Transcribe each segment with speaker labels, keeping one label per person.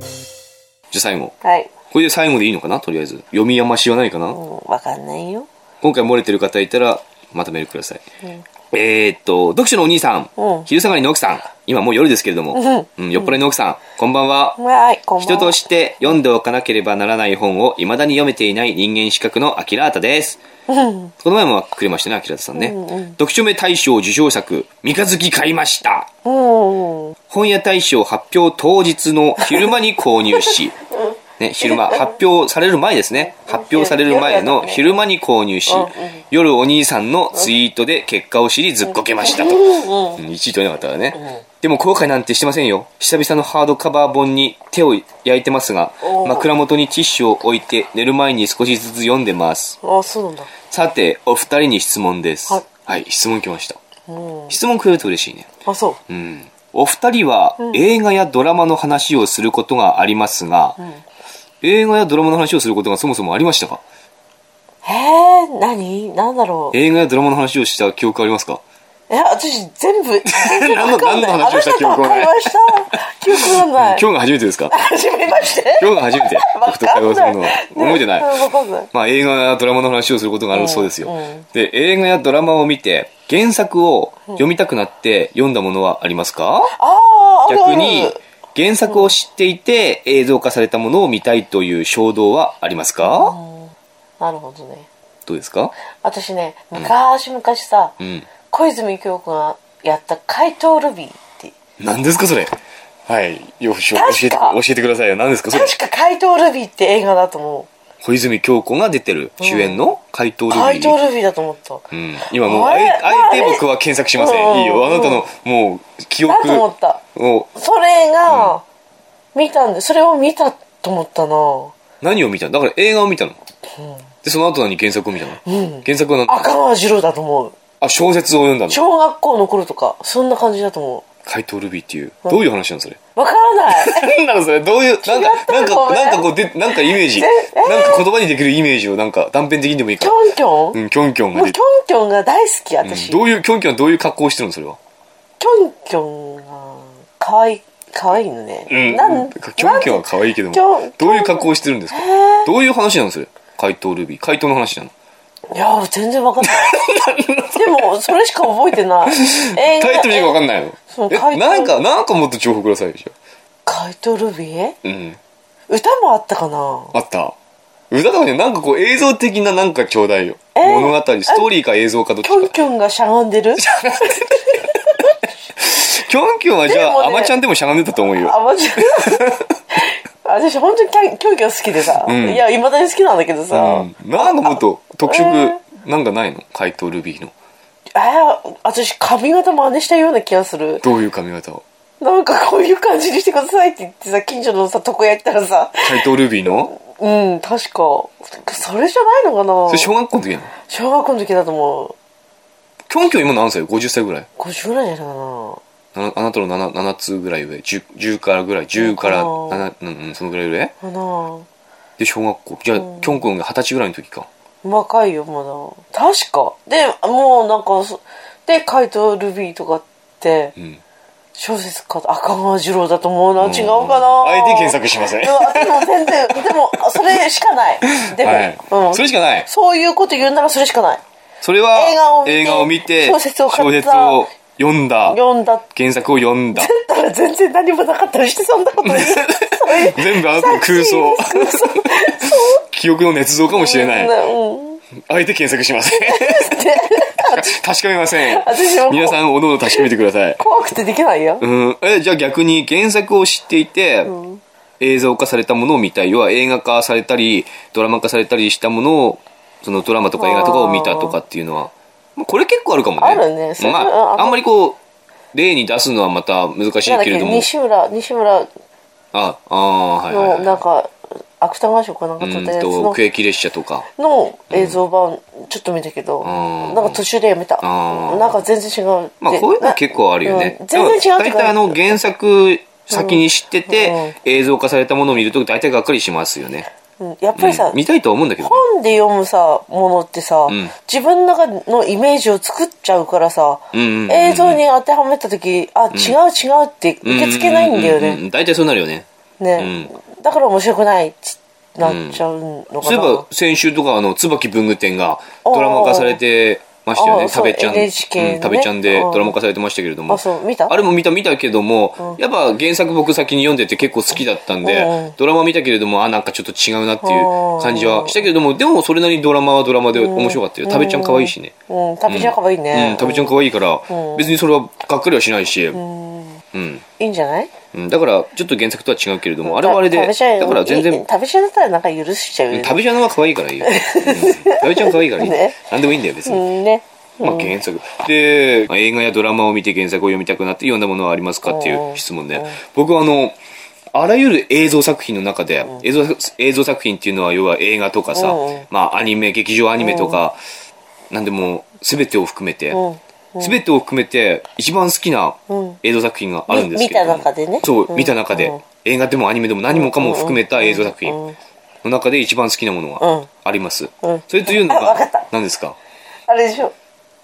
Speaker 1: じゃあ最後。
Speaker 2: はい。
Speaker 1: これで最後でいいのかなとりあえず。読みやましはないかな、
Speaker 2: うん、わかんないよ。
Speaker 1: 今回漏れてる方いたら、またメールください。えー、っと、読書のお兄さん、
Speaker 2: うん
Speaker 1: 昼下がりの奥さん、今もう夜ですけれども、うん酔っ払いの奥さん、こんばんは。
Speaker 2: はい、こんばん
Speaker 1: 人
Speaker 2: は。
Speaker 1: として読んでおかなければならない本を未だに読めていない人間資格のアキラータです。
Speaker 2: うん。
Speaker 1: この前もくれましたね、アキラータさんね。
Speaker 2: うんうん
Speaker 1: 読書名大賞受賞作、三日月買いました。
Speaker 2: うん。
Speaker 1: 本屋大賞発表当日の昼間に購入し、ね、昼間、発表される前ですね。発表される前の昼間に購入し
Speaker 2: うんうん、
Speaker 1: 夜お兄さんのツイートで結果を知りずっこけましたと。
Speaker 2: うん。
Speaker 1: うん、1位取れなかったからね。でも後悔なんてしてませんよ。久々のハードカバー本に手を焼いてますが
Speaker 2: お、ー
Speaker 1: 枕元にティッシュを置いて寝る前に少しずつ読んでます。
Speaker 2: あ、そうなんだ。
Speaker 1: さて、お二人に質問です。
Speaker 2: はい
Speaker 1: はい、質問来ました。
Speaker 2: うん。
Speaker 1: 質問くれると嬉しいね。
Speaker 2: あ、そう。
Speaker 1: うんお二人は映画やドラマの話をすることがありますが、映画やドラマの話をすることがそもそもありましたか
Speaker 2: へえ、何なんだろう。
Speaker 1: 映画やドラマの話をした記憶ありますか
Speaker 2: え、私、全部、全 然
Speaker 1: 何の
Speaker 2: わかんない。
Speaker 1: 何の話をした記憶はない
Speaker 2: あなたと会話した記憶がない。
Speaker 1: 今日が初めてです か
Speaker 2: 初めまして
Speaker 1: 今日が初めて
Speaker 2: わ
Speaker 1: 僕と
Speaker 2: か
Speaker 1: 会
Speaker 2: ん
Speaker 1: 話す
Speaker 2: な
Speaker 1: る
Speaker 2: い。
Speaker 1: のは思いじゃない。
Speaker 2: わかんない。
Speaker 1: まあ映画やドラマの話をすることがあるそうですよ。
Speaker 2: うんうん
Speaker 1: で、映画やドラマを見て原作を読みたくなって読んだものはありますか、
Speaker 2: あーあるある、
Speaker 1: 逆に原作を知っていて映像化されたものを見たいという衝動はありますか、
Speaker 2: なるほどね。
Speaker 1: どうですか
Speaker 2: 私ね、昔々さ、
Speaker 1: うん。
Speaker 2: 小泉京子がやった怪盗ルビーって、
Speaker 1: 何ですかそれはいよし教
Speaker 2: 確か
Speaker 1: えて教えてくださいよ何ですかそれ
Speaker 2: 確か怪盗ルビーって映画だと思
Speaker 1: 小泉京子が出てる主演の怪盗
Speaker 2: う。
Speaker 1: ルビ
Speaker 2: 怪盗
Speaker 1: ー
Speaker 2: ルビーだと思った。
Speaker 1: うん、今もうあ
Speaker 2: あれ
Speaker 1: えあえ
Speaker 2: あ
Speaker 1: て
Speaker 2: れ
Speaker 1: 僕は検索しませ
Speaker 2: うん
Speaker 1: んいいよあなたのもう記憶
Speaker 2: だと思った。
Speaker 1: を
Speaker 2: それが、見たんで、それを見たと思ったな
Speaker 1: 何を見たのだから映画を見たのでその後何原作を見たの、
Speaker 2: うん
Speaker 1: 原作は何
Speaker 2: 赤川次郎だと思う。
Speaker 1: あ小説を読んだの
Speaker 2: 小学校の頃とか、そんな感じだと思
Speaker 1: 怪盗ルビーっていうどういう話なのそれ
Speaker 2: う。わから ない。
Speaker 1: なんだろうそれどういうなんか
Speaker 2: 違
Speaker 1: な
Speaker 2: った
Speaker 1: ん
Speaker 2: のご
Speaker 1: か
Speaker 2: めん
Speaker 1: なんかこうでなんかイメージ、なんか言葉にできるイメージをなんか断片的にでもいいか
Speaker 2: キョ
Speaker 1: ら
Speaker 2: ンキョン、
Speaker 1: うんキョンキョンが
Speaker 2: もう
Speaker 1: 出
Speaker 2: キ
Speaker 1: て
Speaker 2: ョンキョンが大好き、私。
Speaker 1: どういう、きょんきょんはどういう格好をしてるのそれは。
Speaker 2: キョンキョンが、かわいい、かわいいのね。なん、
Speaker 1: きょんきょんは可愛いけども
Speaker 2: キョン、
Speaker 1: どういう格好をしてるんですか
Speaker 2: へ
Speaker 1: どういう話なのそれ。怪盗ルビー。怪盗の話なの。
Speaker 2: いや、全然わかんない。 でも、それしか覚えてない。え
Speaker 1: タイトルしかわかんない
Speaker 2: そう
Speaker 1: の。
Speaker 2: 怪
Speaker 1: え、
Speaker 2: 盗
Speaker 1: なんか、なんかもっと情報くださいよ。じゃ
Speaker 2: カイトルビー
Speaker 1: あうん。
Speaker 2: 歌もあったかな
Speaker 1: あった。歌とかね、なんかこう映像的ななんかちょうだいよ。
Speaker 2: えー
Speaker 1: 物語、ストーリーか映像かどっち
Speaker 2: キョン
Speaker 1: か。
Speaker 2: キョンがしゃがんでる
Speaker 1: きょんきょんはじゃ
Speaker 2: でも
Speaker 1: あ、
Speaker 2: ね
Speaker 1: あまちゃんでもしゃがんでたと思うよ。
Speaker 2: あ、マジ 私、本当にキョンキョンキョン好きでさ。
Speaker 1: ん
Speaker 2: いや、未だに好きなんだけどさ。
Speaker 1: うん。なんかもっと特
Speaker 2: え
Speaker 1: 色、なんかないの怪盗ルビーの。
Speaker 2: えー私、髪型真似したような気がする。
Speaker 1: どういう髪型を。
Speaker 2: なんかこういう感じにしてくださいって言ってさ、近所のさ、床屋行ったらさ、
Speaker 1: 怪盗ルビーの
Speaker 2: うん、確か。それじゃないのか
Speaker 1: そ
Speaker 2: な
Speaker 1: れ小学校の時なの
Speaker 2: 小学校の時だと思。
Speaker 1: きょんきょん今何歳 ?50 歳ぐらいう
Speaker 2: 50ぐらいじゃないかな。
Speaker 1: なあなたの 7, 7つぐらい上 10, 10からぐらい10から
Speaker 2: そうか
Speaker 1: 7、うんうん、そのぐらい上
Speaker 2: かな
Speaker 1: で小学校じゃあきょんこんが二十歳ぐらいの時か
Speaker 2: 若いよ、まだ。確か。で、もうなんかそ、で、怪盗ルビーとかって
Speaker 1: う、ん
Speaker 2: 小説家、赤川次郎だと思うな。違うか
Speaker 1: うん
Speaker 2: な。
Speaker 1: あえて検索しません
Speaker 2: でも、でも全然、でも、それしかない。でも、
Speaker 1: は
Speaker 2: うん
Speaker 1: い、それしかない
Speaker 2: そういうこと言うならそれしかない。
Speaker 1: それは
Speaker 2: 映画を見て
Speaker 1: て
Speaker 2: 小説を買った
Speaker 1: 小説を読んだ
Speaker 2: 読んだっ
Speaker 1: 原作を読んだ
Speaker 2: たら全然何もなかったりして、そんなこと言う。そういう
Speaker 1: 全部あなたの空想
Speaker 2: 作品空想
Speaker 1: 記憶の捏造かもしれない
Speaker 2: うん
Speaker 1: あえて検索しません確かめません
Speaker 2: 私も
Speaker 1: 皆さんおのおの確かめてください
Speaker 2: 怖くてできないよ。
Speaker 1: うん、えじゃあ逆に原作を知っていて、映像化されたものを見たい要は映画化されたりドラマ化されたりしたものをそのドラマとか映画とかを見たとかっていうのはまあこれ結構あるかもね
Speaker 2: あるねそれ
Speaker 1: ま
Speaker 2: うん
Speaker 1: あ、
Speaker 2: あ
Speaker 1: あんまりこう例に出すのはまた難しい
Speaker 2: なんだっ
Speaker 1: けれ
Speaker 2: け
Speaker 1: ども
Speaker 2: 西村西村
Speaker 1: あああはいはい
Speaker 2: の
Speaker 1: はい
Speaker 2: なんか芥川賞かなんか
Speaker 1: う
Speaker 2: 撮ったや
Speaker 1: ん
Speaker 2: つ
Speaker 1: と
Speaker 2: の
Speaker 1: 区域列車とか
Speaker 2: の映像版ちょっと見たけど
Speaker 1: ん
Speaker 2: なんか途中でやめた
Speaker 1: あー
Speaker 2: なんか全然違う
Speaker 1: まあ
Speaker 2: で
Speaker 1: こういうのは結構あるよね。
Speaker 2: うん全然違
Speaker 1: だ
Speaker 2: うと
Speaker 1: い
Speaker 2: か
Speaker 1: たいあの原作先に知ってて、
Speaker 2: う
Speaker 1: 映像化されたものを見ると大体がっかりしますよね。
Speaker 2: うんやっぱりさ
Speaker 1: うん見たいとは思うんだけどね。
Speaker 2: 本で読むさものってさ
Speaker 1: ん
Speaker 2: 自分の中のイメージを作っちゃうからさ
Speaker 1: うんうんうんうん
Speaker 2: 映像に当てはめた時あ違う違うって受け付けないんだよ
Speaker 1: ううう
Speaker 2: ね
Speaker 1: う。大体そうなるよね。う
Speaker 2: ね
Speaker 1: ん
Speaker 2: だから面白くないっつなっちゃうのか
Speaker 1: そうい
Speaker 2: な、
Speaker 1: えば先週とかあの椿文具店がドラマ化されてましたよ
Speaker 2: ああ
Speaker 1: ね「食べちゃん」
Speaker 2: そう NHK
Speaker 1: うん、
Speaker 2: のね
Speaker 1: 食べちゃん」で
Speaker 2: ああ
Speaker 1: ドラマ化されてましたけれども
Speaker 2: あそう見た
Speaker 1: れも見た見たけども、やっぱ原作僕先に読んでて結構好きだったんで、
Speaker 2: うん
Speaker 1: ドラマ見たけれどもあなんかちょっと違うなっていう感じ
Speaker 2: う
Speaker 1: は
Speaker 2: ん
Speaker 1: したけれどもでもそれなりにドラマはドラマで面白かったよ、食べちゃん可愛いしね、
Speaker 2: うん食べちゃうかわいいね、
Speaker 1: うん、食べちゃん可愛いから、別にそれはがっかりはしないし、うん
Speaker 2: いいんじゃない
Speaker 1: うんだからちょっと原作とは違うけれどもあれはあれで
Speaker 2: た食べちゃう
Speaker 1: だから全然
Speaker 2: いい食べちゃうだったらなんか許しちゃうよね
Speaker 1: 食べちゃんの方が可愛いからいいよ、うん食べちゃん可愛いからいい、
Speaker 2: ね
Speaker 1: 何でもいいんだよ別
Speaker 2: う
Speaker 1: に、
Speaker 2: んね
Speaker 1: まあ原作でまあ映画やドラマを見て原作を読みたくなって読んだものはありますかっていう質問で、僕はあのあらゆる映像作品の中で、映像映像作品っていうのは要は映画とかさ、
Speaker 2: うんうん
Speaker 1: まあアニメ劇場アニメとか、なんでも全てを含めて、
Speaker 2: うん
Speaker 1: 全てを含めて一番好きな
Speaker 2: うん
Speaker 1: 映像作品があるんですけれども
Speaker 2: み見た中でね
Speaker 1: そう、
Speaker 2: うん
Speaker 1: 見た中で、
Speaker 2: うん
Speaker 1: 映画でもアニメでも何もかも含めた映像作品の中で一番好きなもの
Speaker 2: うん
Speaker 1: があります、
Speaker 2: うん
Speaker 1: それというの
Speaker 2: あわか
Speaker 1: が
Speaker 2: った
Speaker 1: 何ですか
Speaker 2: あれでしょ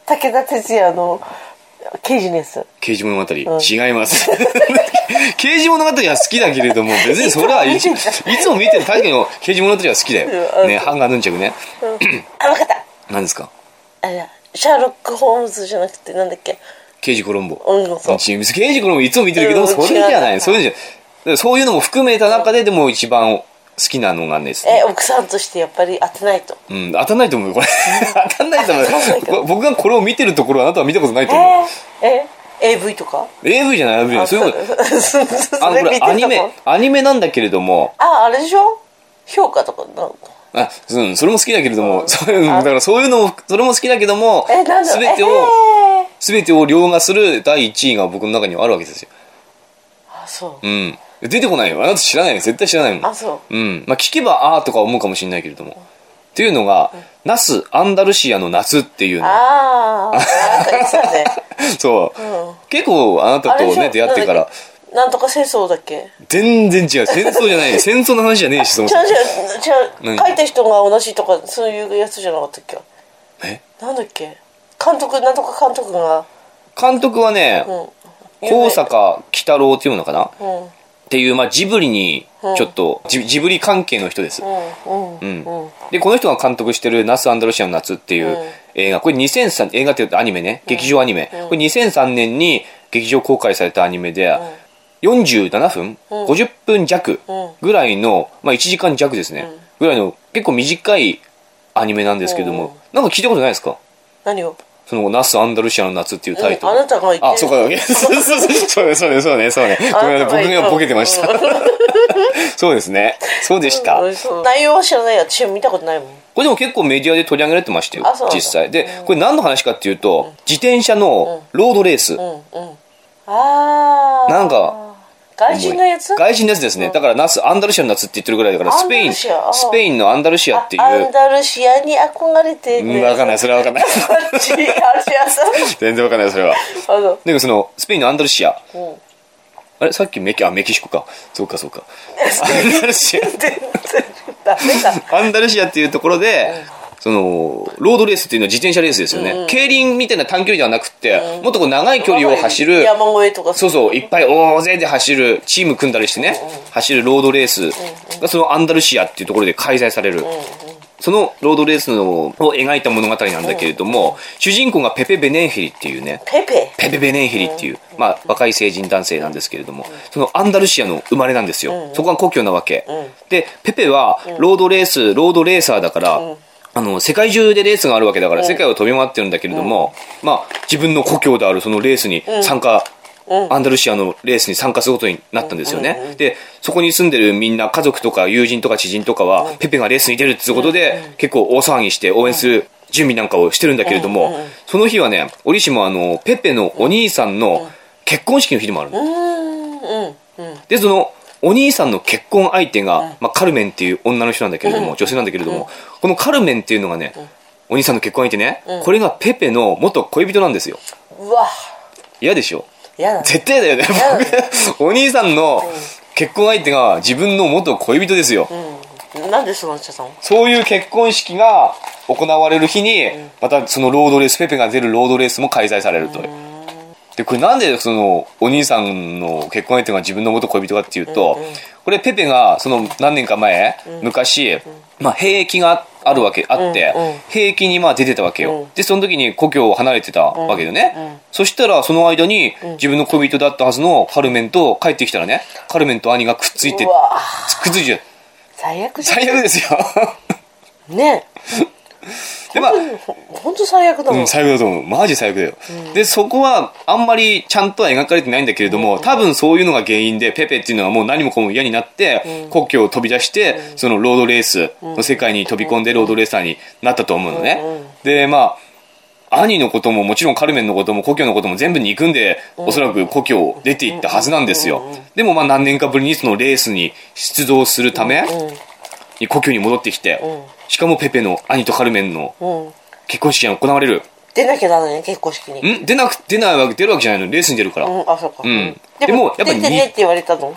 Speaker 2: 武田鉄矢の刑事のやつ
Speaker 1: 刑事物語、違います 刑事物語は好きだけれども別にそれはい
Speaker 2: い
Speaker 1: い
Speaker 2: つ
Speaker 1: つ
Speaker 2: も見
Speaker 1: い
Speaker 2: て
Speaker 1: つも見てる確かに刑事物語は好きだ
Speaker 2: うん
Speaker 1: よ、ね、ハンガーヌンチャクね
Speaker 2: あ分かった
Speaker 1: 何ですか
Speaker 2: あれシャーロック・ホームズじゃなくてなんだっけ
Speaker 1: 刑事コロンボ、
Speaker 2: うんそう
Speaker 1: 刑事コロンボいつも見てるけど、
Speaker 2: うん
Speaker 1: それじゃな
Speaker 2: 違う
Speaker 1: いそういうんじゃだからそういうのも含めた中ででも一番好きなのがですね
Speaker 2: え奥さんとしてやっぱり当てないと
Speaker 1: うん、当たんないと思うよこれ当たんないと思うよ
Speaker 2: 当たんないと思う
Speaker 1: ぼ僕がこれを見てるところはあなたは見たことないと
Speaker 2: え
Speaker 1: 思う、
Speaker 2: ー、え AV とか
Speaker 1: AV じゃない AV じゃないそういうこと
Speaker 2: そそ
Speaker 1: あの
Speaker 2: れ
Speaker 1: これ
Speaker 2: 見てた
Speaker 1: アニメ
Speaker 2: もん
Speaker 1: アニメなんだけれども
Speaker 2: ああれでしょ評価とかなんか
Speaker 1: あ、うん、それも好きだけれども、そういううん
Speaker 2: あ
Speaker 1: だからそういうのもそれも好きだけども
Speaker 2: えなんだろう
Speaker 1: 全てを
Speaker 2: えー
Speaker 1: 全てを凌駕する第1位が僕の中にはあるわけですよ、
Speaker 2: あそう、
Speaker 1: うん、出てこないよあなた知らないよ絶対知らないもん、
Speaker 2: あそう
Speaker 1: んまあ、聞けばあーとか思うかもしれないけれどもっていうのが「ナスアンダルシアの夏」っていうの
Speaker 2: ああなんか言ってたね
Speaker 1: そう、
Speaker 2: うん
Speaker 1: 結構あなた
Speaker 2: あ
Speaker 1: と
Speaker 2: れでしょ
Speaker 1: ね出会ってから
Speaker 2: なんとか戦争だっけ
Speaker 1: 全然違う戦争じゃない戦争の話じゃねえしそも
Speaker 2: 違
Speaker 1: そう も
Speaker 2: 違う違う
Speaker 1: 何
Speaker 2: 書いた人が同じとかそういうやつじゃなかったっけ
Speaker 1: え
Speaker 2: なんだっけ監督なんとか監督が
Speaker 1: 監督はね
Speaker 2: うん
Speaker 1: 高坂喜太郎っていうのかなっ
Speaker 2: うんうん
Speaker 1: ていう、まあ、ジブリにちょっと、ジジブリ関係の人です、
Speaker 2: うんうん
Speaker 1: うんでこの人が監督してる「ナス・アンダルシアの夏」っていう映画これ2003映画っていうとアニメね劇場アニメ、これ2003年に劇場公開されたアニメで、47分、50分弱ぐらいの、まあ、1時間弱ですね、ぐらいの結構短いアニメなんですけども、なんか聞いたことないですか
Speaker 2: 何を
Speaker 1: その「ナス・アンダルシアの夏」っていうタイト
Speaker 2: うんあ
Speaker 1: ル、
Speaker 2: なたが言ってる
Speaker 1: あそうか そうそうそうそうねそうねそうねごめんなさい僕がボケてました そうですねそうでした、
Speaker 2: うんそう内容は知らない私は見たことないもん
Speaker 1: これでも結構メディアで取り上げられてましたよ
Speaker 2: あそうなんだ
Speaker 1: 実際でこれ何の話かっていうと自転車のロードレース、
Speaker 2: うんうんああ
Speaker 1: なんか
Speaker 2: 外人のやつ
Speaker 1: 外人のやつですね、だからナスアンダルシアの夏って言ってるぐらいだからスペイ
Speaker 2: アン
Speaker 1: ン
Speaker 2: ダル
Speaker 1: ス
Speaker 2: シアあ
Speaker 1: ペインのアンダルシアってい
Speaker 2: あアン
Speaker 1: う
Speaker 2: ダルシアに憧れて
Speaker 1: うんわかん ないそれはわかんない
Speaker 2: アンダルシアさん
Speaker 1: 全然わかんないそれは
Speaker 2: あの
Speaker 1: でもそのスペインのアンダルシア
Speaker 2: うん
Speaker 1: あれさっきメキあメキシコかそうか そうかアンダルシア
Speaker 2: 全然ダメだ
Speaker 1: アンダルシアっていうところで、そのロードレースっていうのは自転車レースですよね、競輪みたいな短距離ではなくって、もっとこう長い距離を走る
Speaker 2: 山越えとか
Speaker 1: そうそういっぱい大勢で走るチーム組んだりしてね、走るロードレースがそのアンダルシアっていうところで開催される、そのロードレースのを描いた物語なんだけれども、主人公がペペ・ベネンヘリっていうね
Speaker 2: ペペ
Speaker 1: ペペ・ベネンヘリっていう、まあ、若い成人男性なんですけれども、そのアンダルシアの生まれなんですよ、そこが故郷なわけ、でペペはロードレースロードレーサーだから、あの世界中でレースがあるわけだから、世界を飛び回ってるんだけれども、まあ、自分の故郷であるそのレースに参加、アンダルシアのレースに参加することになったんですよね、でそこに住んでるみんな家族とか友人とか知人とかは、ペペがレースに出るってことで、結構大騒ぎして応援する準備なんかをしてるんだけれども、その日はね折しもあのペペのお兄さんの結婚式の日でもあるの、
Speaker 2: うーんうんうん
Speaker 1: でそのお兄さんの結婚相手が、まあ、カルメンっていう女の人なんだけれども、女性なんだけれども、このカルメンっていうのがね、お兄さんの結婚相手ね、これがペペの元恋人なんですよ
Speaker 2: うわ
Speaker 1: 嫌でしょ
Speaker 2: やだ
Speaker 1: 絶対だよね僕お兄さんの結婚相手が自分の元恋人ですよ、
Speaker 2: うんなんでそうなっちゃったの
Speaker 1: そういう結婚式が行われる日にまたそのロードレースペペが出るロードレースも開催されるというでこれなんでそのお兄さんの結婚相手が自分の元恋人かっていうと、
Speaker 2: うんうん
Speaker 1: これペペがその何年か前、昔、まあ、兵役があるわけあって、
Speaker 2: うんうん
Speaker 1: 兵役にまあ出てたわけよ、
Speaker 2: うん
Speaker 1: でその時に故郷を離れてたわけよね、
Speaker 2: うんうん
Speaker 1: そしたらその間に自分の恋人だったはずのカルメンと帰ってきたらねカルメンと兄がくっついて
Speaker 2: うわ
Speaker 1: くっついて
Speaker 2: 最悪じゃん
Speaker 1: 最悪ですよ
Speaker 2: ね
Speaker 1: で まあ
Speaker 2: 本当最悪だも、
Speaker 1: うんん、最悪だと思う。マジ最悪だよ。で、そこは、あんまりちゃんとは描かれてないんだけれども、多分そういうのが原因で、ペペっていうのはもう何もかも嫌になって、故郷を飛び出して、そのロードレースの世界に飛び込んでロードレーサーになったと思うのね
Speaker 2: うんうん。
Speaker 1: で、まあ、兄のことももちろんカルメンのことも故郷のことも全部憎んで、おそらく故郷を出ていったはずなんですよ。でもまあ何年かぶりにそのレースに出場するため、故郷に戻ってきて
Speaker 2: ん、
Speaker 1: しかもペペの兄とカルメンの
Speaker 2: うんうん、
Speaker 1: 結婚式が行われる。
Speaker 2: 出なきゃならないね結婚式に
Speaker 1: ん出なく出ないわけ出るわけじゃないのレースに出るから、
Speaker 2: う
Speaker 1: うん
Speaker 2: んあそっ
Speaker 1: ん
Speaker 2: か、で
Speaker 1: で
Speaker 2: も
Speaker 1: もや
Speaker 2: やっ
Speaker 1: っ
Speaker 2: ぱ
Speaker 1: ぱ
Speaker 2: り
Speaker 1: り
Speaker 2: 出てねって言われたの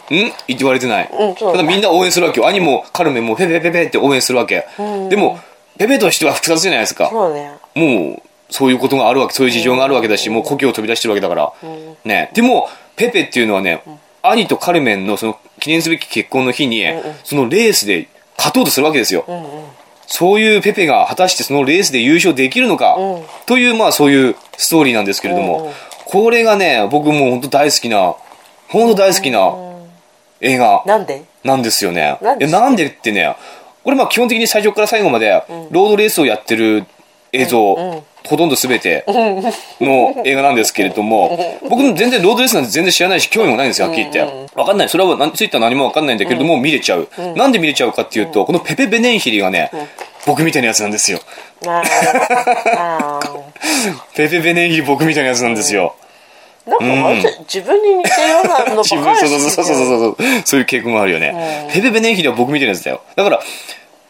Speaker 1: 言われてない、
Speaker 2: うんそう
Speaker 1: ただみんな応援するわけよ兄もカルメンもペペペペって応援するわけ、でもペペとしては複雑じゃないですか、
Speaker 2: そうね
Speaker 1: もうそういうことがあるわけそういう事情があるわけだし、もう故郷を飛び出してるわけだから、ねでもペペっていうのはね、兄とカルメンのその記念すべき結婚の日に、そのレースで勝とうとするわけですよ、そういうペペが果たしてそのレースで優勝できるのか、
Speaker 2: うん
Speaker 1: というまあそういうストーリーなんですけれども、
Speaker 2: うんうん
Speaker 1: これがね僕もう本当大好きな本当大好きな映画
Speaker 2: なんで
Speaker 1: なんですよね。
Speaker 2: なんで
Speaker 1: いやなんでってね、これまあ基本的に最初から最後まで、ロードレースをやってる映像、ほとんど全ての映画なんですけれども、僕も全然ロードレースなんて全然知らないし、興味もないんですよ、はっきり言って。わかんない。それは何ツイッター何もわかんないんだけれども、見れちゃう。なんで見れちゃうかっていうと、このペペ・ベネンヒリがね、僕みたいなやつなんですよ。
Speaker 2: あーあー
Speaker 1: ペペ・ベネンヒリ僕みたいなやつなんですよ。
Speaker 2: なんかあいつ自分に似てるようなのばっ
Speaker 1: 自
Speaker 2: か
Speaker 1: 分、
Speaker 2: り
Speaker 1: そう
Speaker 2: し
Speaker 1: そ
Speaker 2: て
Speaker 1: うそうそう
Speaker 2: う
Speaker 1: そうそう、そういう傾向もあるよね。ペペペネンヒリは僕みたいなやつだよ。だから、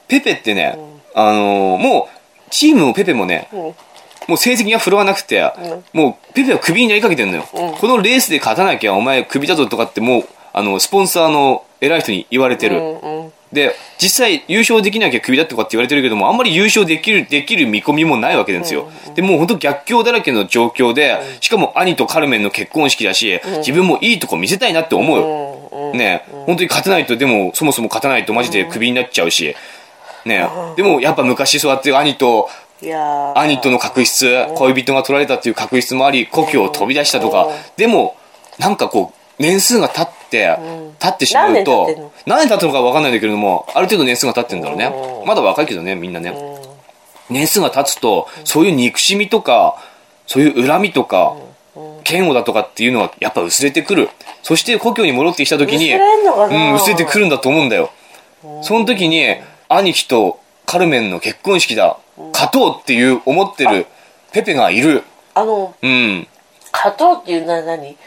Speaker 1: ペペってね、あのーもう、チームもペペもね、
Speaker 2: ん
Speaker 1: もう成績が振るわなくて、もうペペはクビになりかけてんのよ、このレースで勝たなきゃお前クビだぞとかってもう、あの、スポンサーの偉い人に言われてる。
Speaker 2: うんうん
Speaker 1: で、実際優勝できなきゃクビだとかって言われてるけども、あんまり優勝できる、できる見込みもないわけですよ。で、もう本当逆境だらけの状況で、しかも兄とカルメンの結婚式だし、自分もいいとこ見せたいなって思うよ。ね、本当に勝てないと、でもそもそも勝たないとマジでクビになっちゃうし、ね、でもやっぱ昔そうやって兄と、
Speaker 2: いやー
Speaker 1: 兄との確執、恋人が取られたっていう確執もあり、故郷を飛び出したとか
Speaker 2: うん、
Speaker 1: でも、なんかこう、年数が経って、経ってしまう
Speaker 2: 何年経ってんの
Speaker 1: と、何年経ったのか分かんないんだけれども、ある程度年数が経ってんだろう
Speaker 2: う
Speaker 1: ね
Speaker 2: ん。
Speaker 1: まだ若いけどね、みんなね。年数が経つと、そういう憎しみとか、そういう恨みとか、嫌悪だとかっていうのはやっぱ薄れてくる。そして故郷に戻ってきた時に、
Speaker 2: 薄れんのか
Speaker 1: う、
Speaker 2: なん
Speaker 1: 薄れてくるんだと思うんだよ。その時に、兄貴とカルメンの結婚式だ、勝とうっていう思ってるペペがいる。
Speaker 2: あの
Speaker 1: うん。っ
Speaker 2: 勝とうっていうのは何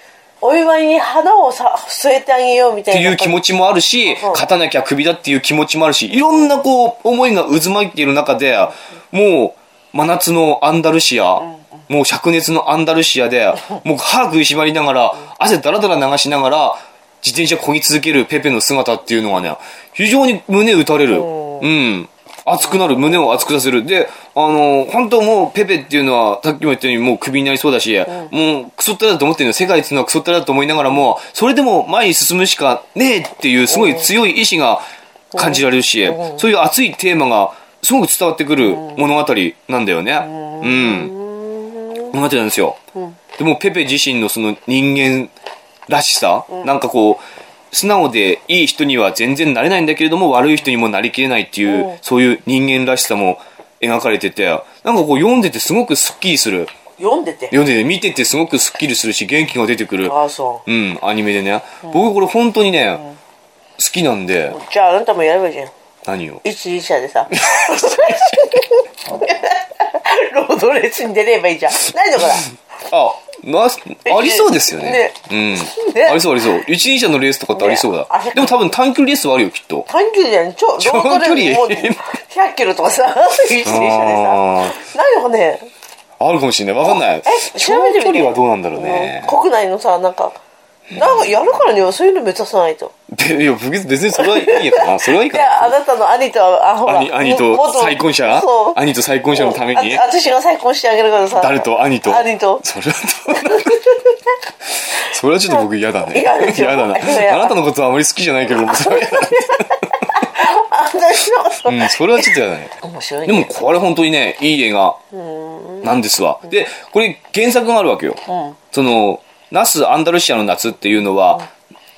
Speaker 2: お祝いに花をさ添えてあげようみたい
Speaker 1: て
Speaker 2: な
Speaker 1: いう気持ちもあるし、
Speaker 2: うん
Speaker 1: 勝たなきゃクビだっていう気持ちもあるし、いろんなこう、思いが渦巻いている中で、もう、真夏のアンダルシア、もう灼熱のアンダルシアで、もう歯食いしばりながら、汗だらだら流しながら、自転車こぎ続けるペペの姿っていうのがね、非常に胸打たれる。うん。熱くなる、胸を熱くさせる。で、あのー本当もう、ペペっていうのは、さっきも言ったように、もうクビになりそうだし、もう、クソったれだと思ってるの、世界っていうのはクソったれだと思いながらも、それでも前に進むしかねえっていう、すごい強い意志が感じられるし、そういう熱いテーマが、すごく伝わってくる物語なんだよね。うん。物語なんですよ。でも、ペペ自身のその人間らしさ、なんかこう、素直でいい人には全然なれないんだけれども、悪い人にもなりきれないっていう、そういう人間らしさも描かれてて、なんかこう読んでてすごくスッキリする。
Speaker 2: 読んでて
Speaker 1: 読んでて、見ててすごくスッキリするし、元気が出てくる。
Speaker 2: ああそう
Speaker 1: うん、アニメでね。僕これ本当にね、好きなんで、
Speaker 2: じゃああなたもやればいいじゃん
Speaker 1: 何を。
Speaker 2: 一輪車でさロードレースに出ればいいじゃんないのかな
Speaker 1: あ、な、ありそうですよね。うん。
Speaker 2: ね
Speaker 1: ありそうありそう。一輪車のレースとかってありそうだ
Speaker 2: ねあれ。
Speaker 1: でも多分短距離レースはあるよ、きっと。
Speaker 2: 短距離じゃん超ロードレースもう
Speaker 1: 長距離
Speaker 2: 100キロとかさ一輪車で
Speaker 1: あ
Speaker 2: さないのかね
Speaker 1: あるかもしれない。わかんない。
Speaker 2: え
Speaker 1: 長
Speaker 2: 調べてみて
Speaker 1: 距離はどうなんだろうね
Speaker 2: うん。国内のさなんかなんかやるからにはそういうの目指さないと
Speaker 1: でいや、別別にそれはいいやかな。それはいいか
Speaker 2: であ
Speaker 1: な。
Speaker 2: なたの兄とあほら
Speaker 1: 兄兄と
Speaker 2: 元
Speaker 1: 再婚者
Speaker 2: そう
Speaker 1: 兄と再婚者のために
Speaker 2: あ私が再婚してあげるからさ
Speaker 1: 誰と兄と。
Speaker 2: 兄と
Speaker 1: それはそれはちょっと僕嫌だね
Speaker 2: 嫌でしょ
Speaker 1: 嫌だな
Speaker 2: 嫌
Speaker 1: あなたのことはあまり好きじゃないけどそれは
Speaker 2: 私のこと
Speaker 1: うん、それはちょっと嫌だね
Speaker 2: 面白い
Speaker 1: で
Speaker 2: ね
Speaker 1: もこれ本当にねいい映画なんですわでこれ原作があるわけよ
Speaker 2: うん
Speaker 1: その「ナス・アンダルシアの夏」っていうのは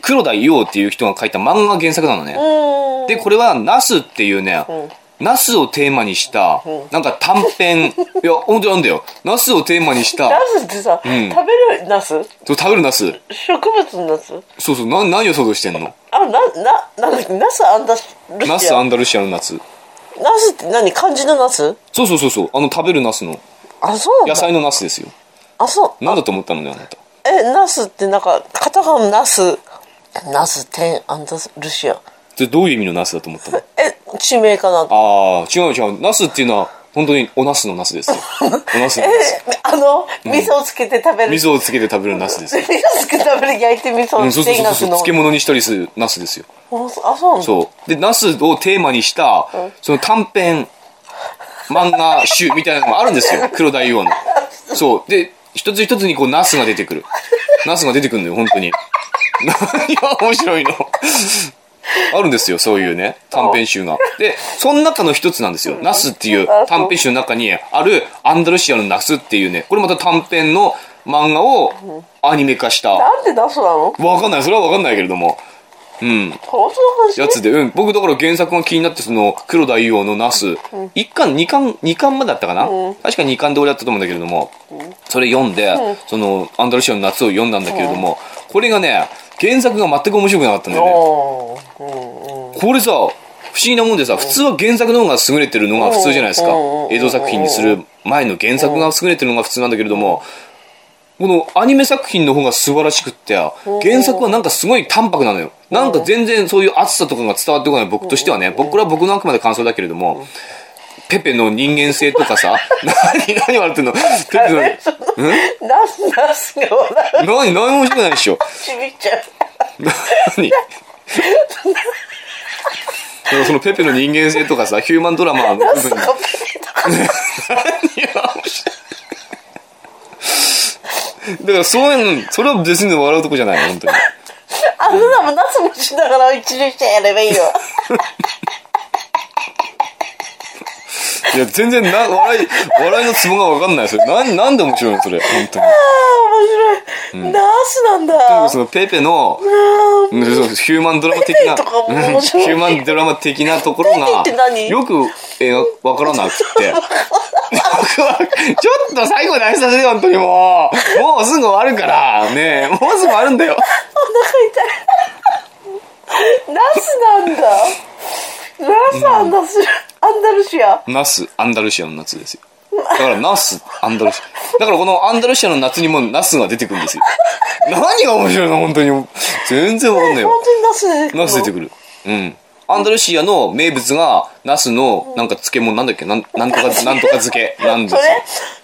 Speaker 1: 黒田伊っていう人が書いた漫画が原作なのね
Speaker 2: うん
Speaker 1: でこれは「ナス」っていうね、
Speaker 2: ん
Speaker 1: ナスをテーマにした、なんか短 編、いや、ほんとなんだよ。ナスをテーマにした、
Speaker 2: ナスってさ、
Speaker 1: ん
Speaker 2: 食べるナス
Speaker 1: そう食べるナス。
Speaker 2: 植物のナス
Speaker 1: そうそう、な何を想像してんの
Speaker 2: あなななんだっけナスアンダルシア
Speaker 1: ナスアンダルシアの夏。
Speaker 2: ナスって何漢字のナス
Speaker 1: そうそうそうそう、あの食べるナスの、
Speaker 2: あそうな
Speaker 1: 野
Speaker 2: んだ
Speaker 1: 菜のナスですよ。
Speaker 2: あそう
Speaker 1: なんだと思ったのね、あなた。
Speaker 2: えナスってなんか片方のナスナステンアンダルシア
Speaker 1: それどういう意味のナスだと思ったの
Speaker 2: え地名かな
Speaker 1: ああ、違う違う。ナスっていうのは、本当におナスのナスです よ。おナスのナス。
Speaker 2: えあの味噌をつけて食べる、
Speaker 1: 水をつけて食べるナスです
Speaker 2: 味
Speaker 1: よ。
Speaker 2: 噌つけて食べる焼いて味
Speaker 1: う
Speaker 2: 噌
Speaker 1: ん、そうそう
Speaker 2: テン
Speaker 1: そう
Speaker 2: ナ
Speaker 1: そ
Speaker 2: ス
Speaker 1: う。
Speaker 2: の
Speaker 1: 漬物にしたりするナスですよ。
Speaker 2: あそうなんだ
Speaker 1: そう。で、ナスをテーマにした、その短編、漫画集みたいなのがあるんですよ。黒大王の。そう。で、一つ一つにこう、ナスが出てくる。ナスが出てくるのよ、本当に。何が面白いのあるんですよ、そういうね、短編集が。で、その中の一つなんですよ。ナスっていう短編集の中にある、アンダルシアのナスっていうね、これまた短編の漫画をアニメ化した。わ
Speaker 2: なんでナスなの
Speaker 1: かんない、それはわかんないけれども。うん。
Speaker 2: 本当の話
Speaker 1: やつで、うん、僕だから原作が気になってその黒田伊王のナス、一1巻2巻2巻までだったかな、確か2巻で俺だったと思うんだけれども、それ読んで、そのアンダルシアの夏を読んだんだけれども、これがね原作が全く面白くなかったんだよね
Speaker 2: おーうんうん
Speaker 1: これさ不思議なもんでさ普通は原作の方が優れてるのが普通じゃないですか
Speaker 2: うん
Speaker 1: 映像作品にする前の原作が優れてるのが普通なんだけれどもこのアニメ作品の方が素晴らしくって原作はなんかすごい淡白なのよなんか全然そういう熱さとかが伝わってこない僕としてはね僕これは僕のあくまで感想だけれどもペペの人間性とかさ 何何笑ってんのペペの
Speaker 2: えそのナスナスが笑
Speaker 1: 何何も面白くないでしょ
Speaker 2: うちびっちゃう
Speaker 1: 何そのそのペペの人間性とかさヒューマンドラマの
Speaker 2: ナ
Speaker 1: 部
Speaker 2: ス
Speaker 1: 分に
Speaker 2: がペーとか
Speaker 1: いや面白いだからそういうのそれは別に笑うとこじゃないの本当に
Speaker 2: あんなもナスもしながら一流しちゃやればいいよ
Speaker 1: いや全然な笑い笑いのツボが分かんないそれなんなんで面白いのそれ本当に
Speaker 2: 面白い、ナスなん
Speaker 1: でも
Speaker 2: だ
Speaker 1: そのペペの
Speaker 2: あ
Speaker 1: うんそうヒューマンドラマ的な
Speaker 2: ペペとかも面白い
Speaker 1: うんヒューマンドラマ的なところ
Speaker 2: ペペって
Speaker 1: が
Speaker 2: 何
Speaker 1: よくえーわからなくて僕はちょっと最後に挨拶で本当にもうもうすぐ終わるからねえもうすぐ終わるんだよ
Speaker 2: ーナスなんだナスアンダス、アンダルシア
Speaker 1: ナスアンダルシアの夏ですよだからナスアンダルシアだからこのアンダルシアの夏にもナスが出てくるんですよ何が面白いの本当に全然わかんないよ
Speaker 2: 本当にナス出てくるの
Speaker 1: ナス出てくる。うん。アンダルシアの名物が、ナスの、なんか漬物なんだっけなんなんとか、なんとか漬け。なんです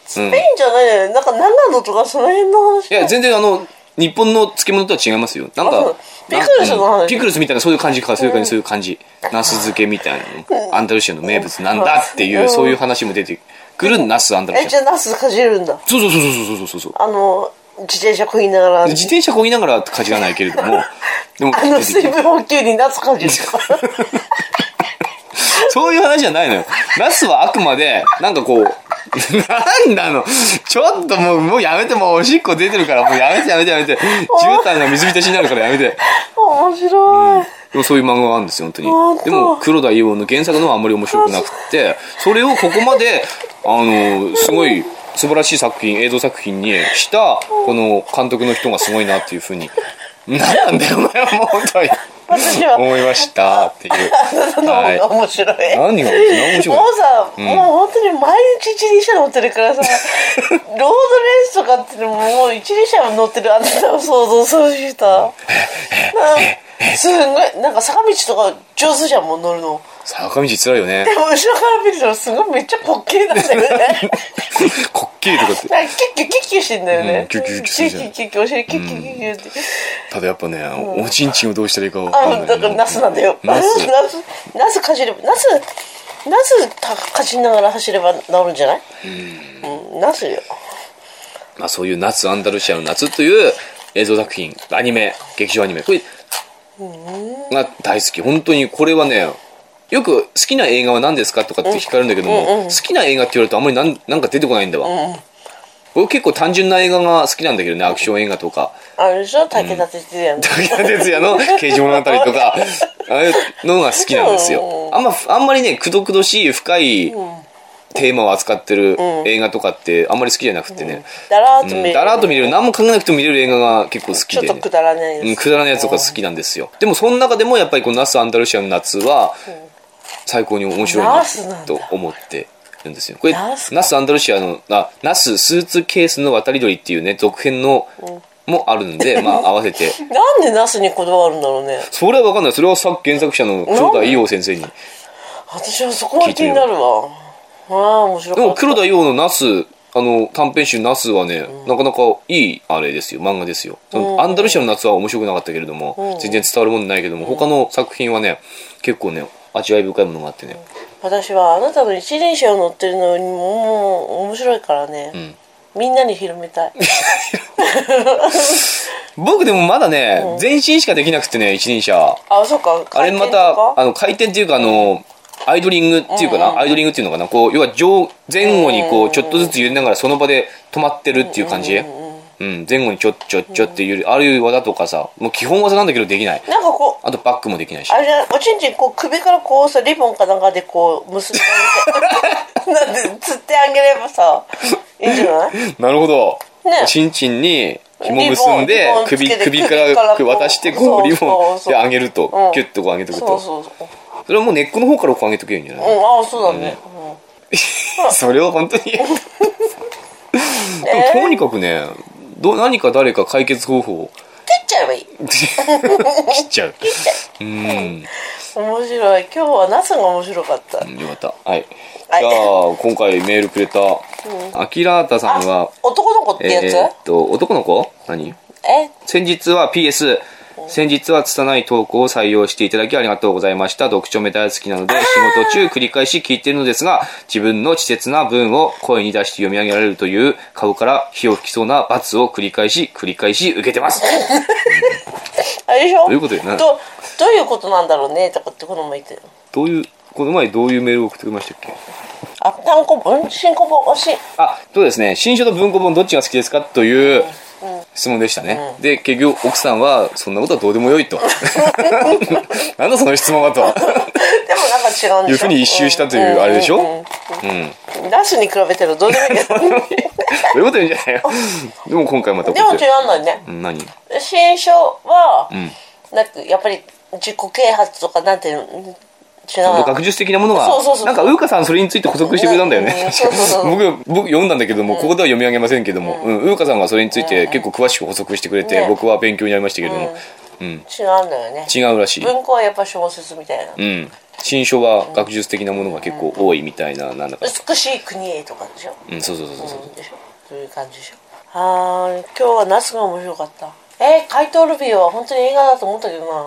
Speaker 2: そ
Speaker 1: よ
Speaker 2: れスペインじゃないよね、なんか長野とかその辺の話
Speaker 1: いや、全然あの、日本の漬物とは違いますよ。なん
Speaker 2: あそう
Speaker 1: か、
Speaker 2: ピクルスの話
Speaker 1: うんピクルスみたいな、そういう感じか、そういう感じ、そういう感じ。ナス漬けみたいなの。アンダルシアの名物なんだっていうう、
Speaker 2: ん
Speaker 1: そういう話も出てくるナスアンダル
Speaker 2: え
Speaker 1: シ
Speaker 2: じ
Speaker 1: ア。
Speaker 2: ゃあナスかじるんだ
Speaker 1: そうそうそうそうそうそうそう。
Speaker 2: あの自転車こぎながらあ
Speaker 1: 自転車こぎながらかじらないけれども、でも、
Speaker 2: の
Speaker 1: 出て
Speaker 2: 水
Speaker 1: くる
Speaker 2: 分補給にナスかじるとか
Speaker 1: そういう話じゃないのよ。ナスはあくまで、なんかこう、なんなのちょっともう、もうやめて、もうおしっこ出てるから、もうやめてやめてやめて。絨毯が水浸しになるからやめて。
Speaker 2: 面白い、
Speaker 1: でもそういう漫画があるんですよ、本
Speaker 2: 本
Speaker 1: 当に。
Speaker 2: 当
Speaker 1: でも、黒田伊王の原作のはあんまり面白くなくて、それをここまで、あの、すごい素晴らしい作品、映像作品にした、この監督の人がすごいなっていうふうに。何なんだよ、お前はもう本当に。
Speaker 2: 私は
Speaker 1: 思いましたっていう。
Speaker 2: その
Speaker 1: はい
Speaker 2: 方が面白い、
Speaker 1: 何が面白い
Speaker 2: もうさ、もう本当に毎日一輪車乗ってる からさロードレースとかってのももう一輪車乗ってるあんたを想像するしたなすんごいなんか坂道とか上手じゃんもう乗るの
Speaker 1: 坂道辛いよね
Speaker 2: で。も後ろから見るとすごいめっちゃ滑稽なんだよね
Speaker 1: こっきりとかって。
Speaker 2: なんかキュッキュッキュッキュしてんだよね、
Speaker 1: うんキュッキュッキュッしてるじゃん
Speaker 2: キュッキュッキュッお尻キュッキュッキュッキュッって、
Speaker 1: ただやっぱね、おちんちんをどうしたらいいかわかんない
Speaker 2: あだからナスなんだよ
Speaker 1: ナ
Speaker 2: ナ
Speaker 1: ス
Speaker 2: スナスナスかじればナスナスたかじりながら走れば治るんじゃないうん、ナスよ
Speaker 1: まあ、そういう夏アンダルシアの夏という映像作品アニメ劇場アニメこれが大好き本当にこれはねよく好きな映画は何ですかとかって聞かれるんだけども、好きな映画って言われるとあんまりなんなんか出てこないんだわ、僕結構単純な映画が好きなんだけどねアクション映画とか
Speaker 2: あれでしょ武田鉄矢の。
Speaker 1: 武田鉄矢の「刑事物語」とかああいうのが好きなんですよあんまあんまりねくどくどしい深いテーマを扱ってる映画とかってあんまり好きじゃなくてね、
Speaker 2: だらーっと
Speaker 1: う
Speaker 2: 見
Speaker 1: ん
Speaker 2: る。
Speaker 1: だらーっと見れる何も考えなくても見れる映画が結構好き
Speaker 2: ちょっ
Speaker 1: で、
Speaker 2: とくだらない
Speaker 1: うん
Speaker 2: です。
Speaker 1: くだらないやつとか好きなんですよでもその中でもやっぱりこの「ナス・アンダルシアの夏」は最高に面白い
Speaker 2: ナスなん
Speaker 1: な
Speaker 2: だ
Speaker 1: と思ってるんですよこれ
Speaker 2: ナ
Speaker 1: ナ
Speaker 2: ス
Speaker 1: ス
Speaker 2: か
Speaker 1: アンダルシアのあ「ナススーツケースの渡り鳥」っていうね続編のもあるんで、まあ、合わせて
Speaker 2: なんでナスにこだわるんだろうね。
Speaker 1: それは分かんないそれはさ原作者の黒田伊央先生に
Speaker 2: 私はそこは気になるわ。ああ、面白
Speaker 1: で
Speaker 2: か
Speaker 1: も
Speaker 2: った。
Speaker 1: 黒田伊央のナスあの短編集「ナスはね、なかなかいいあれですよ漫画ですよそのアンダルシアの夏は面白くなかったけれども、全然伝わるもんないけども他の作品はね結構ね味わい深いものがあってね、
Speaker 2: 私はあなたの一輪車を乗ってるのにもう面白いからね、みんなに広めたい
Speaker 1: 僕でもまだね、全身しかできなくてね一輪車
Speaker 2: あそうか
Speaker 1: あれまたあの回転っていうかあのアイドリングっていうかな、アイドリングっていうのかなこう要は上前後にこうちょっとずつ揺れながらその場で止まってるっていう感じ、うん前後にちょっちょっちょって揺れああいう技とかさもう基本技なんだけどできない
Speaker 2: なんかこう
Speaker 1: あとバックもできないし
Speaker 2: あれじゃないおちんちんこう首からこうさリボンかなんかでこう結んであげて なんで釣ってあげればさいいんじ ゃない
Speaker 1: なるほど、
Speaker 2: ね
Speaker 1: ちんちんに紐結んで
Speaker 2: リボンリボンつけ
Speaker 1: 首
Speaker 2: て
Speaker 1: 首か
Speaker 2: 首から
Speaker 1: ら
Speaker 2: こう
Speaker 1: 渡してこう
Speaker 2: そう
Speaker 1: リボン
Speaker 2: そうそう
Speaker 1: で上げると
Speaker 2: うん
Speaker 1: キュッとこう上げてく
Speaker 2: そう
Speaker 1: と
Speaker 2: そうそう
Speaker 1: それはもう根っこの方からこう上げとけばいいんじゃない、
Speaker 2: うんああそうだね、う ん
Speaker 1: それは本当にでも
Speaker 2: えー
Speaker 1: とにかくねどう何か誰か解決方法 を
Speaker 2: 切っちゃえばいい
Speaker 1: 切っちゃううん
Speaker 2: 面白い今日はナスが面白かった、
Speaker 1: よかったはい、
Speaker 2: はい
Speaker 1: じゃあ今回メールくれた、アキラータさん
Speaker 2: あ
Speaker 1: は
Speaker 2: 男の子ってやつ、
Speaker 1: えーっと男の子何
Speaker 2: え
Speaker 1: 先日は PS 先日は拙い投稿を採用していただきありがとうございました。読書目大好きなので仕事中繰り返し聞いているのですが、自分の稚拙な文を声に出して読み上げられるという顔から火を吹きそうな罰を繰り返し繰り返し受けてます。
Speaker 2: あれでしょ
Speaker 1: どういうことよな
Speaker 2: どどういうことなんだろうねとかってこの前言ってる
Speaker 1: どういう、この前どういうメールを送ってくれましたっけ
Speaker 2: あ単行本新古本し
Speaker 1: あ、そうですね。新書と文庫本どっちが好きですかという質問でしたね。で、結局奥さんはそんなことはどうでもよい と。なんだその質問はと。
Speaker 2: でもなんか違うんでしょ
Speaker 1: いうふうに一周したというあれでしょうん。
Speaker 2: うんナスに比べてるどうでもいいけど
Speaker 1: そういうこと言うんじゃないよ。でも今回また
Speaker 2: でも
Speaker 1: こっ
Speaker 2: 違
Speaker 1: ち
Speaker 2: うんだよね
Speaker 1: うん何
Speaker 2: 新書は、
Speaker 1: ん
Speaker 2: なんかやっぱり自己啓発とかなんていうのうん違うな
Speaker 1: 学術的なものが
Speaker 2: そうそうそう
Speaker 1: なんかウーカさんそれについて補足してくれたんだよね
Speaker 2: うんうんそうそうそ う
Speaker 1: 僕僕読んだんだけどもここでは読み上げませんけども、うんウーカさんがそれについて結構詳しく補足してくれて、
Speaker 2: ね
Speaker 1: 僕は勉強になりましたけども、うん
Speaker 2: 違うんだよね
Speaker 1: 違うらしい、
Speaker 2: 文庫はやっぱ小説みたいな、
Speaker 1: うん、新書は学術的なものが結構多いみたいななんだか、
Speaker 2: 美しい国へとかでしょ、
Speaker 1: うん、そうそうそうそう、
Speaker 2: でしょそういう感じでしょあー今日はナスが面白かったえー、怪盗ルビーは本当に映画だと思ったけどな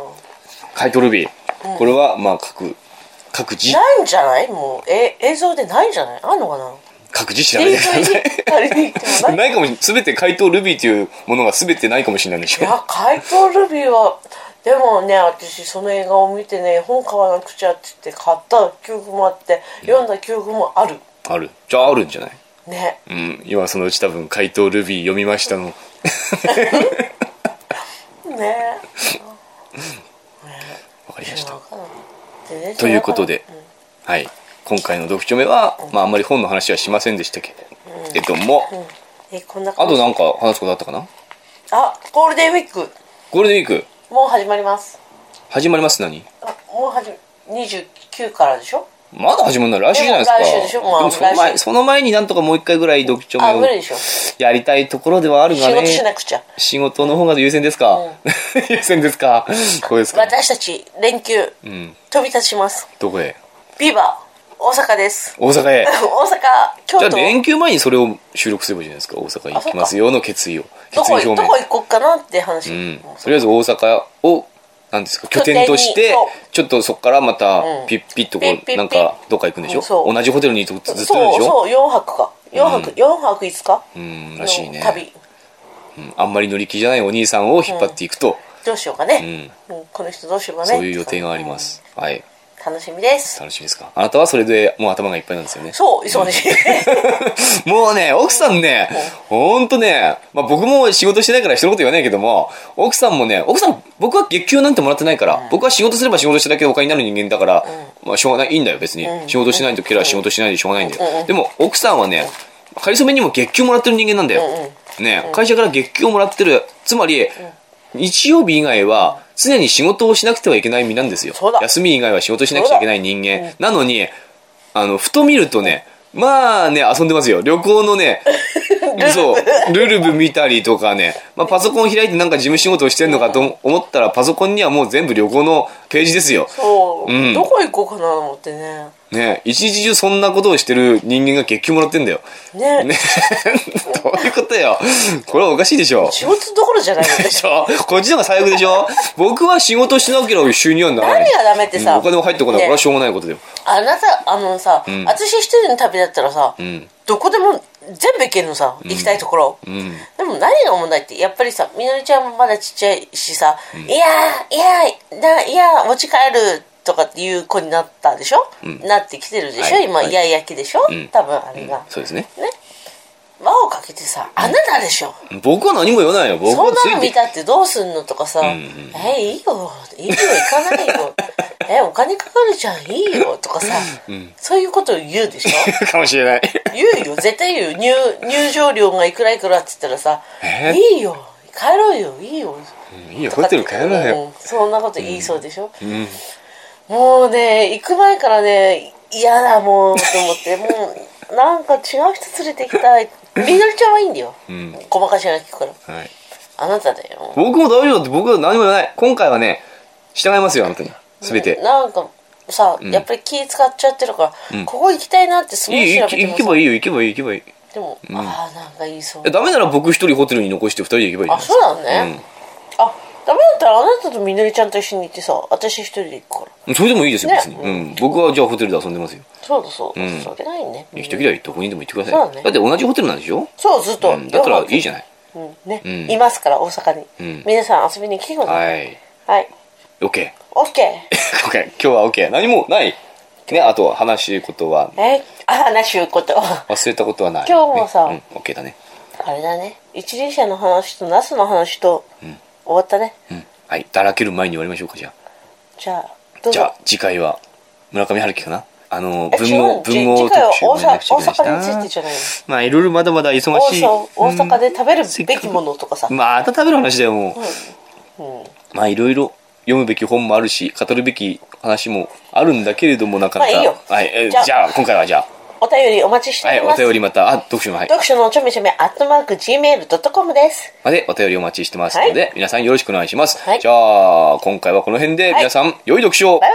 Speaker 1: カイトルビー、これはまあ各各自
Speaker 2: ないんじゃないもうえ映像でないんじゃないあんのかな
Speaker 1: 各自調べてくだ
Speaker 2: DVD
Speaker 1: さい
Speaker 2: 借りに行ってもない
Speaker 1: ないかもしれない。すべて回答ルビーというものがすべてないかもしれないんでし
Speaker 2: い
Speaker 1: ょ。
Speaker 2: や怪盗ルビーはでもね私その映画を見てね本買わなくちゃって言って買った記憶もあって読んだ記憶もある
Speaker 1: ある。じゃああるんじゃない
Speaker 2: ね
Speaker 1: うん。今そのうち多分回答ルビー読みましたの。
Speaker 2: ね
Speaker 1: わかりまし
Speaker 2: 分
Speaker 1: た。
Speaker 2: かんない全然違
Speaker 1: ということで、はい。今回の読書目は、まああんまり本の話はしませんでしたけれども、
Speaker 2: えこんな
Speaker 1: あ
Speaker 2: 感
Speaker 1: と
Speaker 2: じ
Speaker 1: なんか話すことあったかな
Speaker 2: あゴールデンウィーク
Speaker 1: ゴールデンウィーク、
Speaker 2: もう始まります
Speaker 1: 始まります何
Speaker 2: あもうはじ29からでしょ
Speaker 1: まだ始まるの来週じゃないですか。
Speaker 2: でも来週でしょまあ
Speaker 1: もその
Speaker 2: 来
Speaker 1: 前、
Speaker 2: 週
Speaker 1: その前になんとかもう一回ぐらい読書目
Speaker 2: あ無理
Speaker 1: を
Speaker 2: でしょ仕
Speaker 1: やりたいところではあるがね。
Speaker 2: 事しなくちゃ
Speaker 1: 仕事の方が優先ですか、 優先ですかこうですか
Speaker 2: 私たち連休、
Speaker 1: ん
Speaker 2: 飛び立ちます
Speaker 1: どこへ
Speaker 2: ビバ大阪です
Speaker 1: 大阪へ
Speaker 2: 大阪京
Speaker 1: じゃあ
Speaker 2: 都
Speaker 1: 連休前にそれを収録すればいいじゃないですか大阪行きますよの決意を決
Speaker 2: ど
Speaker 1: 意表
Speaker 2: こど
Speaker 1: 明
Speaker 2: こ行こっかなって話、
Speaker 1: うん、とりあえず大阪をなんですか拠点とし
Speaker 2: 拠点に
Speaker 1: て
Speaker 2: そう
Speaker 1: ちょっとそこからまた
Speaker 2: ん
Speaker 1: ピッピッと
Speaker 2: ピ
Speaker 1: こ
Speaker 2: ッピッ
Speaker 1: う
Speaker 2: ピッ
Speaker 1: なんかどっか行くんでしょ
Speaker 2: うんそう
Speaker 1: 同じホテルにずっといるんでし
Speaker 2: そう
Speaker 1: ょ
Speaker 2: そう4泊か4泊、四泊5日
Speaker 1: うんらしいね
Speaker 2: の旅
Speaker 1: うんあんまり乗り気じゃないお兄さんを引っ張っていくと、
Speaker 2: どうしようかね、うんこの人どうしようかね
Speaker 1: そういう予定があります、はい
Speaker 2: 楽しみです
Speaker 1: 楽しみですかあなたはそれでもう頭がいっぱいなんですよね
Speaker 2: そう忙し い
Speaker 1: もうね奥さんねほんとね、まあ、僕も仕事してないから人のこと言わないけども奥さんもね奥さん僕は月給なんてもらってないから、僕は仕事すれば仕事しただけお金になる人間だから、まあしょうがないいいんだよ別に、
Speaker 2: うん
Speaker 1: 仕事しない時は仕事しないでしょうがないんだよ、
Speaker 2: うんうん
Speaker 1: でも奥さんはねかりそめにも月給もらってる人間なんだよ、
Speaker 2: うんうん
Speaker 1: ね、会社から月給をもらってるつまり、日曜日以外は常に仕事をしなくてはいけない身なんですよ
Speaker 2: そうだ
Speaker 1: 休み以外は仕事しなくちゃいけない人間、なのにあのふと見るとねまあね遊んでますよ旅行の ねそうルルブ見たりとかね、まあ、パソコン開いてなんか事務仕事をしてんのかと思ったらパソコンにはもう全部旅行のページですよ
Speaker 2: そう、
Speaker 1: うん
Speaker 2: どこ行こうかなと思ってね
Speaker 1: ね一日中そんなことをしてる人間が月給もらってんだよ
Speaker 2: ね
Speaker 1: ねどういうことよこれはおかしいでしょ
Speaker 2: 仕事どころじゃないよね
Speaker 1: でしょこっちの方が最悪でしょ僕は仕事しなければ収入はならない
Speaker 2: 何がダメってさ
Speaker 1: うんお金も入ってこない、
Speaker 2: ね
Speaker 1: これはしょうがないことだよ
Speaker 2: あなたあのさ、
Speaker 1: ん
Speaker 2: 私一人の旅だったらさ、
Speaker 1: ん
Speaker 2: どこでも全部行けるのさ行きたいところ、
Speaker 1: うん
Speaker 2: でも何が問題ってやっぱりさみのりちゃんもまだちっちゃいしさ「いやーいやーないやー持ち帰る」とかっていう子になったでしょ、なってきてるでしょ、
Speaker 1: はい
Speaker 2: 今、
Speaker 1: はい
Speaker 2: い、やいやきでしょ、
Speaker 1: ん
Speaker 2: 多分あれが、
Speaker 1: そうですね
Speaker 2: ね輪をかけてさあなたでしょ、
Speaker 1: 僕は何も言わないよ僕
Speaker 2: そ
Speaker 1: は
Speaker 2: ん
Speaker 1: つ
Speaker 2: ないの
Speaker 1: て
Speaker 2: 見たってどうすんのとかさ「
Speaker 1: ん
Speaker 2: えいいよいいよ行かないよ えお金かかるじゃんいいよ」とかさ、そういうことを言うでしょ
Speaker 1: かもしれない
Speaker 2: 言うよ絶対言う入入場料がいくらいくらって言ったらさ「
Speaker 1: え
Speaker 2: いいよ帰ろうよいいよ」
Speaker 1: いいよ
Speaker 2: と
Speaker 1: ホ
Speaker 2: かって
Speaker 1: テル帰らないよ
Speaker 2: うんそんなこと言いそうでしょ、
Speaker 1: うん
Speaker 2: もうね行く前からね嫌だもうと思っ てもうなんか違う人連れて行きたいみのりちゃんはいいんだよ、
Speaker 1: ん
Speaker 2: ごまかしが効くから
Speaker 1: はい、
Speaker 2: あなただよ
Speaker 1: 僕も大丈夫だって僕は何も言わない今回はね従いますよあなたに全て、
Speaker 2: なんかさ、やっぱり気使っちゃってるから、ここ行きたいなってすご
Speaker 1: い
Speaker 2: い
Speaker 1: い
Speaker 2: 調
Speaker 1: 行
Speaker 2: べて
Speaker 1: け
Speaker 2: も
Speaker 1: 行
Speaker 2: さ
Speaker 1: けばいいよ行けばいい行けばいい
Speaker 2: でも、ああなんか言いそう
Speaker 1: えダメなら僕一人ホテルに残して二人で行けばいいじゃな
Speaker 2: あ
Speaker 1: い
Speaker 2: そうなのね、あダメだったらあなたとみのりちゃんと一緒に行ってさ私一人で行くから
Speaker 1: うんそれでもいいですよ
Speaker 2: ね
Speaker 1: 別に、うん、僕はじゃあホテルで遊んでますよ
Speaker 2: そうだそうだ、
Speaker 1: うん
Speaker 2: それないね、
Speaker 1: 行きたけりゃどこにでも行ってください
Speaker 2: そうだね
Speaker 1: だって同じホテルなんでしょ、
Speaker 2: そうずっと、
Speaker 1: うん、だったらいいじゃ
Speaker 2: ん、
Speaker 1: ない
Speaker 2: うんね
Speaker 1: ん
Speaker 2: いますから大阪に、
Speaker 1: ん
Speaker 2: 皆さん遊びに来てください
Speaker 1: はい
Speaker 2: はい、
Speaker 1: OK
Speaker 2: オッ OK
Speaker 1: 今回今日は OK 何もないねあと話しことは
Speaker 2: えあ話しいうこと あ
Speaker 1: 忘れたことはない
Speaker 2: 今日もさ
Speaker 1: ねうん、OK だね
Speaker 2: れだね一輪車の話とナスの話と、終わったね
Speaker 1: うんはいだらける前に終わりましょうかじゃ
Speaker 2: じゃあ
Speaker 1: あ
Speaker 2: どう
Speaker 1: じ
Speaker 2: ぞ
Speaker 1: ゃあ次回は村上春樹かなあの
Speaker 2: え
Speaker 1: 文豪
Speaker 2: 違うじ
Speaker 1: 文豪
Speaker 2: 次回は
Speaker 1: 特集もやらなくちゃいけな
Speaker 2: 大
Speaker 1: いしな
Speaker 2: 阪についてじゃないの
Speaker 1: まあいろいろまだまだ忙
Speaker 2: 大
Speaker 1: しい
Speaker 2: 阪大阪で食べるべきも
Speaker 1: の
Speaker 2: のとかさ、
Speaker 1: また食べる話だよもう、
Speaker 2: うん
Speaker 1: まあいろいろ読むべき本もあるし語るべき話もあるんだけれどもなかなか、
Speaker 2: まあいいよ
Speaker 1: はいえ
Speaker 2: じゃあ
Speaker 1: じゃあ今回はじゃあ
Speaker 2: お便りお待ちしてお
Speaker 1: はい
Speaker 2: り
Speaker 1: お
Speaker 2: ます、
Speaker 1: 便りまたあ読書もはい
Speaker 2: 読書のちょめちょめアットマーク Gmail.com です
Speaker 1: までお便りお待ちしてますので、皆さんよろしくお願いします。
Speaker 2: はい
Speaker 1: じゃあ、今回はこの辺で皆さん、良い読書を
Speaker 2: バイバイ